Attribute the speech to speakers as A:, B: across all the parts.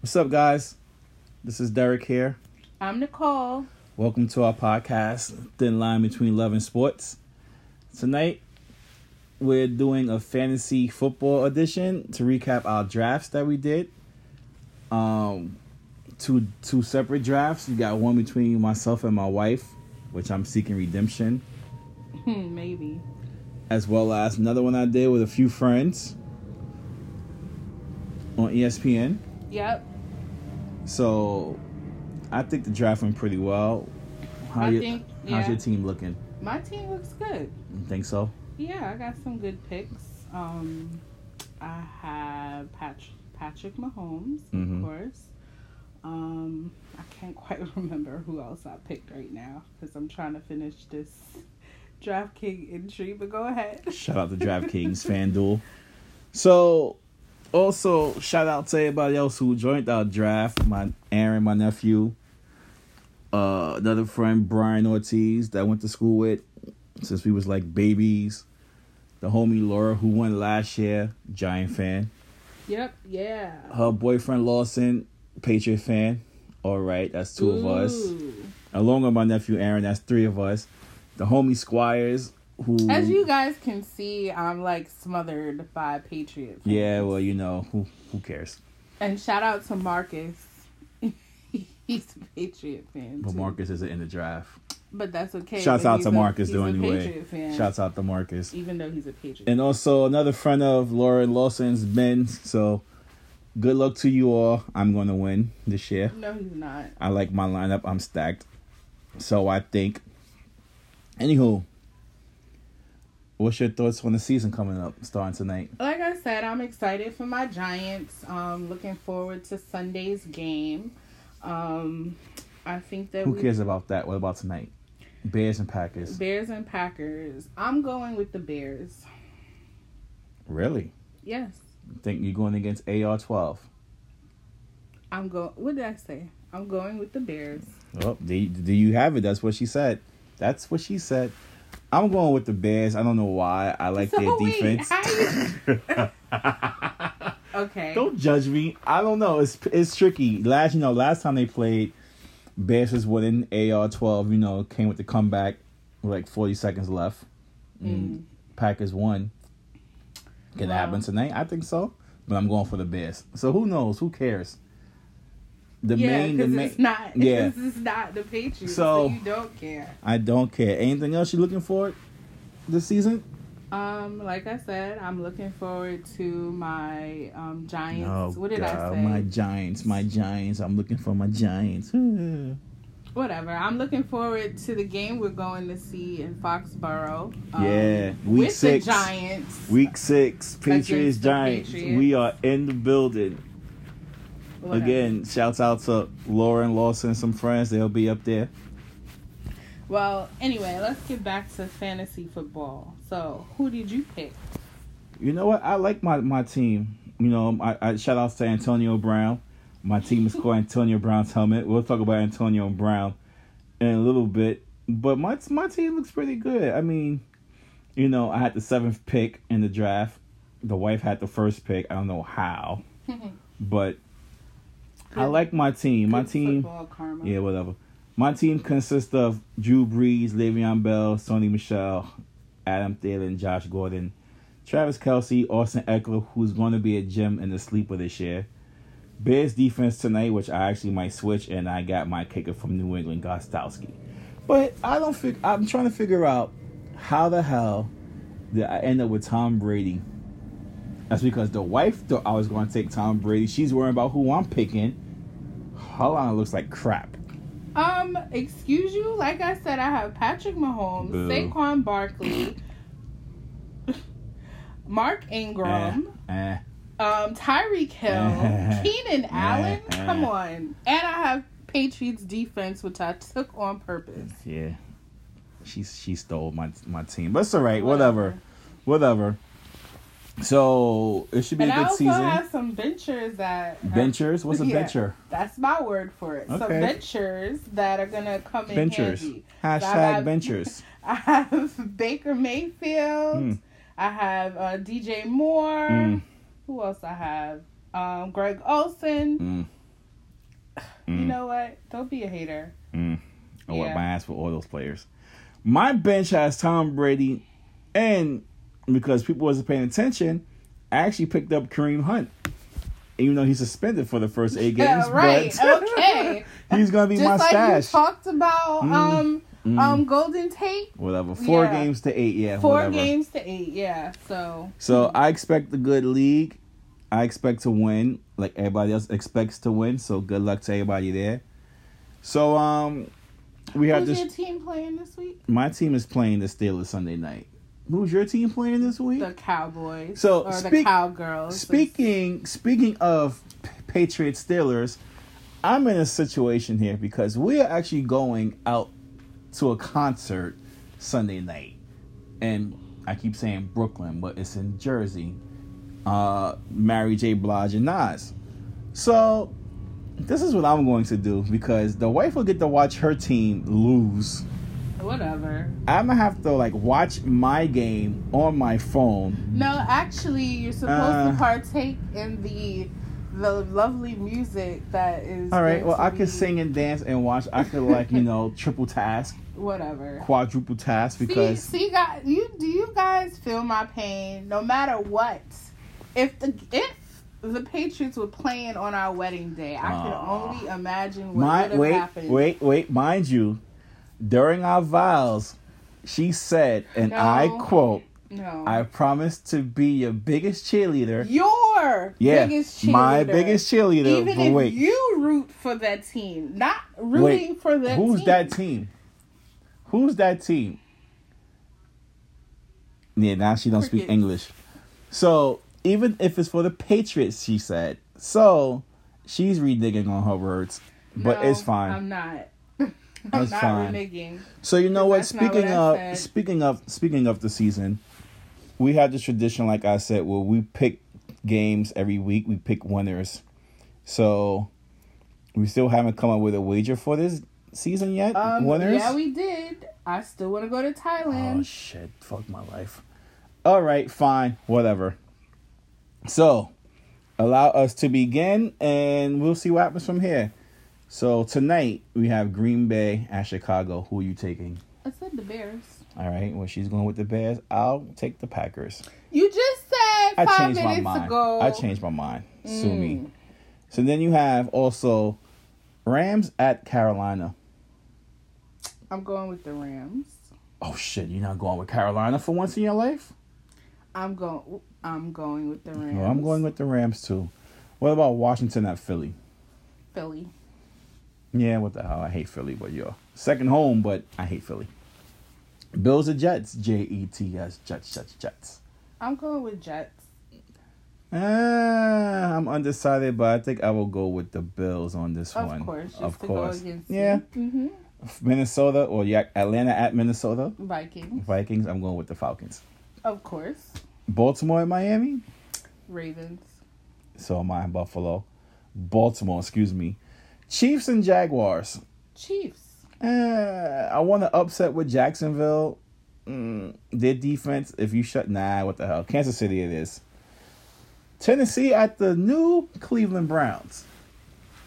A: What's up, guys? This is Derek here.
B: I'm Nicole.
A: Welcome to our podcast, Thin Line Between Love and Sports. Tonight, we're doing a fantasy football edition to recap our drafts that we did. Um, two two separate drafts. You got one between myself and my wife, which I'm seeking redemption,
B: Maybe.
A: as well as another one I did with a few friends on E ESPN.
B: Yep.
A: So, I think the draft went pretty well. How
B: I
A: your,
B: think-
A: How's
B: yeah.
A: your team looking?
B: My team looks good.
A: You think so?
B: Yeah, I got some good picks. Um, I have Pat- Patrick Mahomes,
A: Mhm.
B: of course. Um, I can't quite remember who else I picked right now because I'm trying to finish this DraftKings entry. But go ahead.
A: Shout out to DraftKings, FanDuel. So, also shout out to everybody else who joined our draft. My Aaron, my nephew, uh, another friend Brian Ortiz that I went to school with since we was like babies. The homie Laura who won last year, Giant fan.
B: Yep. Yeah.
A: Her boyfriend Lawson, Patriot fan. All right, that's two of us.
B: Ooh.
A: Along with my nephew Aaron, that's three of us. The homie Squires who
B: As you guys can see, I'm like smothered by Patriots.
A: Yeah, well, you know, who who cares?
B: And shout out to Marcus. he's a Patriot fan.
A: But
B: too.
A: Marcus isn't in the draft.
B: But that's okay.
A: Shouts
B: but
A: out
B: he's
A: to
B: a-
A: Marcus
B: he's
A: though
B: a
A: anyway.
B: Patriot fan,
A: Shouts out to Marcus.
B: even though he's a Patriot.
A: And also another friend of Lauren Lawson's Ben. So good luck to you all. I'm gonna win this year.
B: no, he's not.
A: I like my lineup. I'm stacked. So I think anywho. What's your thoughts on the season coming up starting tonight?
B: Like I said, I'm excited for my Giants. Um, looking forward to Sunday's game. Um, I think that
A: Who
B: we
A: cares about that? What about tonight? Bears and Packers.
B: Bears and Packers. I'm going with the Bears.
A: Really?
B: Yes,
A: Think you're going against AR twelve.
B: I'm going. What did I say? I'm going with the Bears.
A: Well, do you, do you have it? That's what she said. That's what she said. I'm going with the Bears. I don't know why. I like their
B: So, wait,
A: defense.
B: Okay.
A: don't judge me. I don't know. It's it's tricky. Last you know, last time they played, Bears was winning. AR twelve. You know, came with the comeback with like forty seconds left. Mm. Packers won. Can it
B: Wow.
A: happen tonight? I think so. But I'm going for the Bears. So who knows? Who cares? The
B: yeah,
A: main, the
B: because
A: main.
B: it's not.
A: Yeah.
B: this is not the Patriots.
A: So-
B: So, you don't care.
A: I don't care. Anything else you looking for this season?
B: Um, like I said, I'm looking forward to my um Giants. what did I say?
A: Oh, My Giants, my Giants. I'm looking for my Giants. yeah,
B: Whatever. I'm looking forward to the game we're going to see in Foxborough. Um,
A: week
B: with
A: six.
B: the Giants.
A: Week six, Patriots,
B: Against the
A: Giants.
B: Patriots.
A: We are in the building
B: Whatever.
A: again. Shouts out to Lauren Lawson, and some friends. They'll be up there.
B: Well, anyway, let's get back to fantasy football. So, who did you pick?
A: You know what? I like my my team. You know, I, I shout out to Antonio Brown. My team is called Antonio Brown's helmet. We'll talk about Antonio Brown in a little bit, but my my team looks pretty good. I mean, you know, I had the seventh pick in the draft. The wife had the first pick. I don't know how, but I
B: Good-
A: like my team. My
B: good
A: team,
B: Football karma.
A: yeah, whatever. My team consists of Drew Brees, Le'Veon Bell, Sony Michelle, Adam Thielen, Josh Gordon, Travis Kelsey, Austin Eckler, who's going to be a gem and a sleeper this year. Bears defense tonight, which I actually might switch, and I got my kicker from New England, Gostowski. But I don't fig- I'm trying to figure out how the hell did I end up with Tom Brady. That's because the wife thought I was going to take Tom Brady. She's worrying about who I'm picking. Holland looks like crap.
B: Um, excuse you. Like I said, I have Patrick Mahomes,
A: Boo.
B: Saquon Barkley, Mark Ingram,
A: Eh,
B: um, Tyreek Hill, Keenan Allen.
A: eh.
B: Come on, and I have Patriots defense, which I took on purpose.
A: yeah. She she stole my my team, but it's all right. Whatever, whatever. So it should be
B: And
A: a
B: I
A: good
B: also
A: season.
B: have some ventures that are-
A: Ventures. What's a
B: Yeah,
A: venture?
B: That's my word for it. Some
A: Okay.
B: ventures that are gonna come in
A: Ventures.
B: handy.
A: Hashtag
B: have-
A: ventures.
B: I have Baker Mayfield.
A: Hmm.
B: I have uh, DJ Moore.
A: Mm.
B: Who else I have? Um, Greg Olson.
A: Mm.
B: You know what? Don't be a hater.
A: I wipe
B: Yeah.
A: Oh, my ass for all those players. My bench has Tom Brady, and because people wasn't paying attention, I actually picked up Kareem Hunt. Even though he's suspended for the first eight games,
B: Yeah, right.
A: but
B: okay.
A: he's gonna be
B: Just
A: my
B: like
A: stash. Mm.
B: you talked about um um Golden Tate.
A: whatever, four
B: Yeah.
A: games to eight, yeah,
B: Four
A: whatever.
B: games to eight, yeah. So
A: So I expect a good league. I expect to win, like everybody else expects to win. So good luck to everybody there. So um, we have this.
B: who's your team playing this week?
A: my team is playing the Steelers Sunday night. Who's your team playing this week?
B: The Cowboys.
A: So,
B: or the
A: speak-
B: Cowgirls.
A: Speaking speaking of P- Patriots Steelers, I'm in a situation here because we are actually going out to a concert Sunday night, and I keep saying Brooklyn, but it's in Jersey. Uh, Mary J. Blige and Nas. So this is what I'm going to do because the wife will get to watch her team lose.
B: Whatever.
A: I'm gonna have to like watch my game on my phone.
B: No, actually, you're supposed
A: Uh.
B: to partake in the the lovely music that is.
A: All right.
B: going
A: Well,
B: to
A: I
B: be-
A: could sing and dance and watch. I could like you know triple task,
B: Whatever.
A: quadruple task because
B: see, see, guys, you do you guys feel my pain? No matter what, if the if the Patriots were playing on our wedding day, I can
A: Aw.
B: only imagine what
A: my
B: would have
A: wait
B: happened.
A: wait wait mind you, during our vows, she said, and I
B: No.
A: quote,
B: no,
A: "I promise to be your biggest cheerleader."
B: your
A: yeah,
B: biggest cheerleader.
A: my biggest cheerleader.
B: Even
A: but
B: if
A: wait,
B: you root for that team, not rooting for that.
A: who's
B: team.
A: that team? Who's that team? Yeah, now she don't speak
B: Crickets.
A: English. So even if it's for the Patriots, she said. So she's reneging on her words, but
B: No,
A: it's fine.
B: I'm not. I'm
A: That's
B: not
A: fine.
B: reneging.
A: So you know what?
B: That's not what
A: Speaking
B: I
A: of
B: said.
A: speaking of speaking of the season, we have this tradition, like I said, where we pick games every week. We pick winners. So we still haven't come up with a wager for this season yet.
B: Um,
A: winners.
B: Yeah, we did. I still want to go to
A: oh
B: Thailand.
A: shit! Fuck my life. All right, fine, whatever. So allow us to begin, and we'll see what happens from here. So tonight we have Green Bay at Chicago. Who are you taking?
B: I said the Bears.
A: All right, well, she's going with the Bears. I'll take the Packers.
B: You just said
A: I
B: five
A: changed my
B: minutes
A: mind.
B: ago.
A: I changed my mind. Sue me.
B: Mm.
A: So then you have also Rams at Carolina.
B: I'm going with the Rams.
A: Oh shit! You're not going with Carolina for once in your life.
B: I'm going. I'm going with the Rams.
A: No, Oh, I'm going with the Rams too. What about Washington at Philly?
B: Philly.
A: Yeah, what the hell? I hate Philly, but yo, second home, but I hate Philly. Bills at Jets. J E T S. Jets. Jets. Jets.
B: I'm going with Jets.
A: Uh, Ah, I'm undecided, but I think I will go with the Bills on this
B: Of
A: one.
B: course, just to go against
A: yeah.
B: hmm
A: Minnesota or yeah, Atlanta at Minnesota.
B: Vikings,
A: Vikings, I'm going with the Falcons.
B: of course.
A: Baltimore at Miami.
B: Ravens.
A: So am I in Buffalo. Baltimore, excuse me. Chiefs and Jaguars.
B: Chiefs.
A: Eh, I want to upset with Jacksonville. Mm, their defense, if you shut, nah, what the hell? Kansas City it is. Tennessee at the new Cleveland Browns.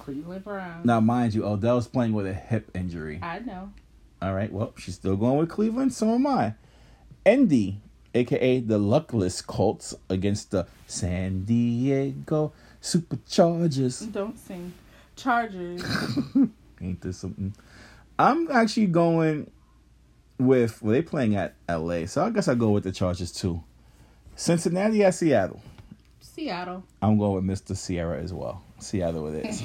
B: Cleveland Browns.
A: Now, mind you, Odell's playing with a hip injury.
B: I know.
A: All right. Well, she's still going with Cleveland. So am I. Endy, aka the Luckless Colts, against the San Diego Superchargers.
B: Don't sing. Chargers.
A: Ain't this something? I'm actually going with. Well, they playing at L.A., so I guess I go with the Chargers too. Cincinnati at Seattle.
B: Seattle.
A: I'm going with Mr. Sierra as well. Seattle it is.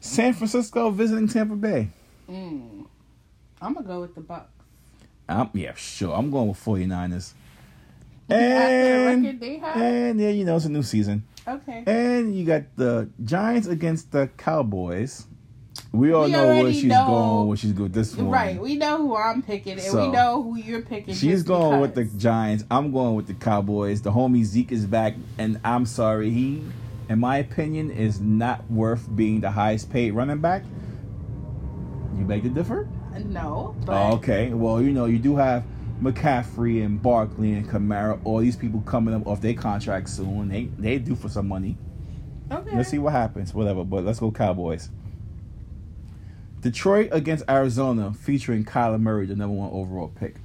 A: San Francisco visiting Tampa Bay.
B: Mm. I'm gonna go with the Bucks.
A: I'm, yeah, sure. I'm going with 49ers.
B: After the
A: And
B: record they have.
A: And yeah, you know, it's a new season.
B: Okay.
A: And you got the Giants against the Cowboys. We all
B: We
A: know where
B: already
A: she's
B: know.
A: going, where she's going this one.
B: Right. We know who I'm picking, and
A: So,
B: we know who you're picking.
A: She's
B: just
A: going with the
B: because.
A: Giants. I'm going with the Cowboys. The homie Zeke is back, and I'm sorry, he, in my opinion, is not worth being the highest paid running back. You beg to differ?
B: No. But
A: Oh, okay. Well, you know, you do have McCaffrey and Barkley and Kamara, all these people coming up off their contract soon. They they do for some money.
B: okay.
A: Let's see what happens. Whatever, but let's go Cowboys. Detroit against Arizona featuring Kyler Murray, the number one overall pick.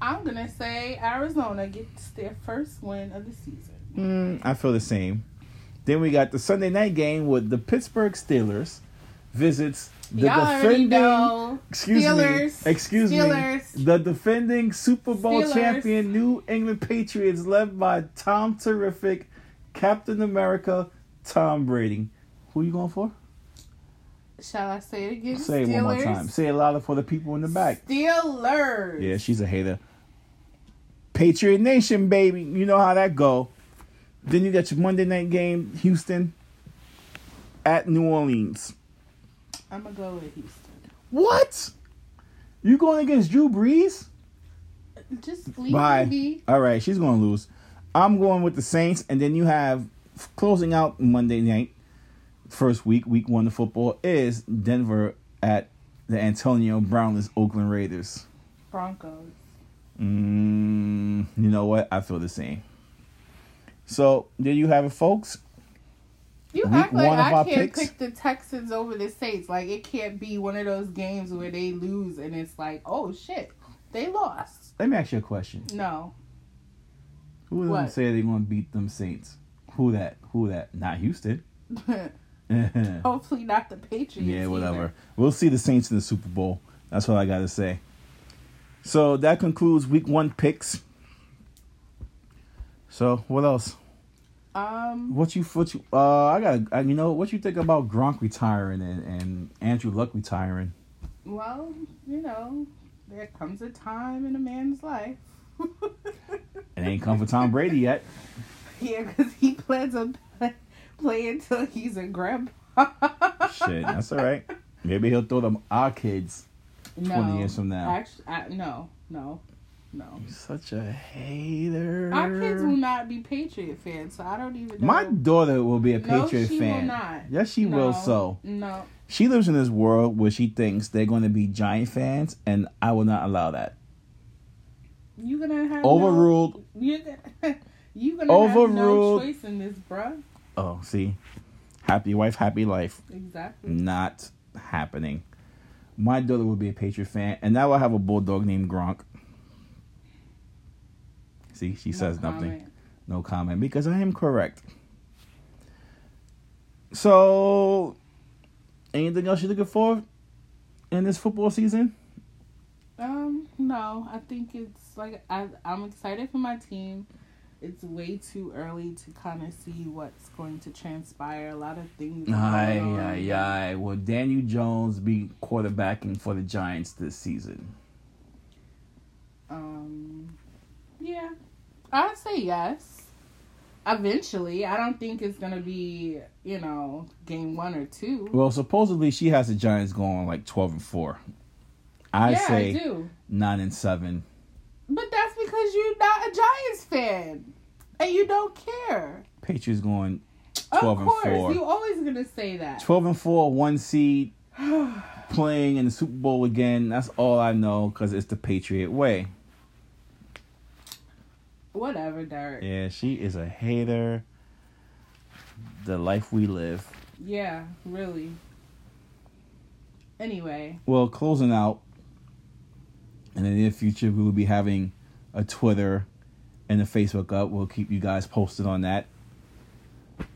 B: I'm gonna say Arizona gets their first win of the season.
A: Mm, I feel the same. Then we got the Sunday night game with the Pittsburgh Steelers visits the
B: Y'all already
A: defending
B: know.
A: excuse
B: Steelers.
A: me excuse
B: Steelers.
A: me the defending Super Bowl
B: Steelers.
A: champion New England Patriots led by Tom Terrific, Captain America, Tom Brady. Who you going for?
B: Shall I say it again?
A: Say it
B: Steelers.
A: one more time. Say it louder for the people in the back.
B: Steelers.
A: Yeah, she's a hater. Patriot Nation, baby. You know how that go. Then you got your Monday night game, Houston at New Orleans.
B: I'm gonna go with Houston.
A: What? You going against Drew Brees?
B: Just leave
A: Bye.
B: me be.
A: All right, she's going to lose. I'm going with the Saints, and then you have f- closing out Monday night, first week, week one of football is Denver at the Antonio Brownless Oakland Raiders.
B: Broncos.
A: Mm, you know what? I feel the same. So there you have it, folks.
B: You
A: Week
B: act like
A: one of
B: I
A: our
B: can't
A: picks?
B: pick the Texans over the Saints. Like it can't be one of those games where they lose and it's like, oh shit, they lost.
A: Let me ask you a question.
B: No,
A: Who of them
B: What?
A: say they're gonna beat them Saints? Who that? Who that? Not Houston. yeah,
B: hopefully not the Patriots.
A: whatever.
B: Oh, either.
A: We'll see the Saints in the Super Bowl. That's all I gotta say. So that concludes week one picks. So what else?
B: Um,
A: What you what you uh I gotta I, you know what you think about Gronk retiring and, and Andrew Luck retiring?
B: well, you know, there comes a time in a man's life.
A: It ain't come for Tom Brady yet.
B: yeah, because he plans on play, play until he's a grandpa.
A: Shit, that's all right. Maybe he'll throw them our kids.
B: no,
A: 20 years from now.
B: Actually, I, no, no, no.
A: Such a hater.
B: Our kids will not be Patriot fans, so I don't even know.
A: My daughter will be a
B: No,
A: Patriot
B: she will
A: fan.
B: not.
A: Yes, she will.
B: No,
A: So
B: No.
A: she lives in this world where she thinks they're going to be Giant fans, and I will not allow that.
B: You're gonna have
A: Overruled.
B: No, you're gonna, you gonna have no
A: Overruled.
B: choice in this, bruh.
A: Oh, see, happy wife, happy life.
B: Exactly.
A: Not happening. My daughter will be a Patriot fan, and now I have a bulldog named Gronk. See, she says nothing. No comment because I am correct. So, anything else you're looking for in this football season?
B: Um, no, I think it's like I I'm excited for my team. It's way too early to kind of see what's going to transpire. A lot of things.
A: Aye,
B: going on.
A: aye, aye. Will Daniel Jones be quarterbacking for the Giants this season?
B: Um, yeah, I'd say yes. Eventually, I don't think it's gonna be you know game one or two.
A: Well, supposedly she has the Giants going like 12 and 4. I
B: yeah,
A: say
B: I do.
A: 9 and 7.
B: But that's because you're not a Giants fan and you don't care.
A: Patriots going
B: Of
A: 12 and
B: course,
A: four.
B: you always gonna say that.
A: 12 and 4, one seed, playing in the Super Bowl again. That's all I know because it's the Patriot way.
B: Whatever, Derek. Yeah.
A: Yeah, she is a hater. The life we live.
B: really. Anyway,
A: Well, closing out. In the near future, we will be having a Twitter and a Facebook up. We'll keep you guys posted on that.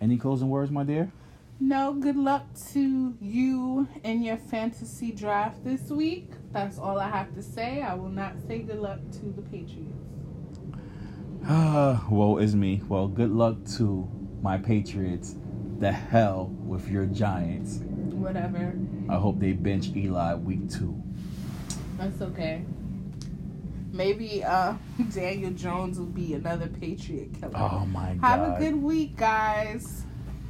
A: Any closing words, my dear?
B: no good luck to you in your fantasy draft this week. That's all I have to say. I will not say good luck to the Patriots.
A: Woe is me. Well, good luck to my Patriots. The hell with your Giants.
B: Whatever.
A: I hope they bench Eli week two.
B: That's okay. Maybe uh Daniel Jones will be another Patriot killer.
A: Oh my god.
B: Have a good week, guys.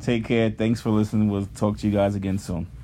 A: Take care. Thanks for listening. We'll talk to you guys again soon.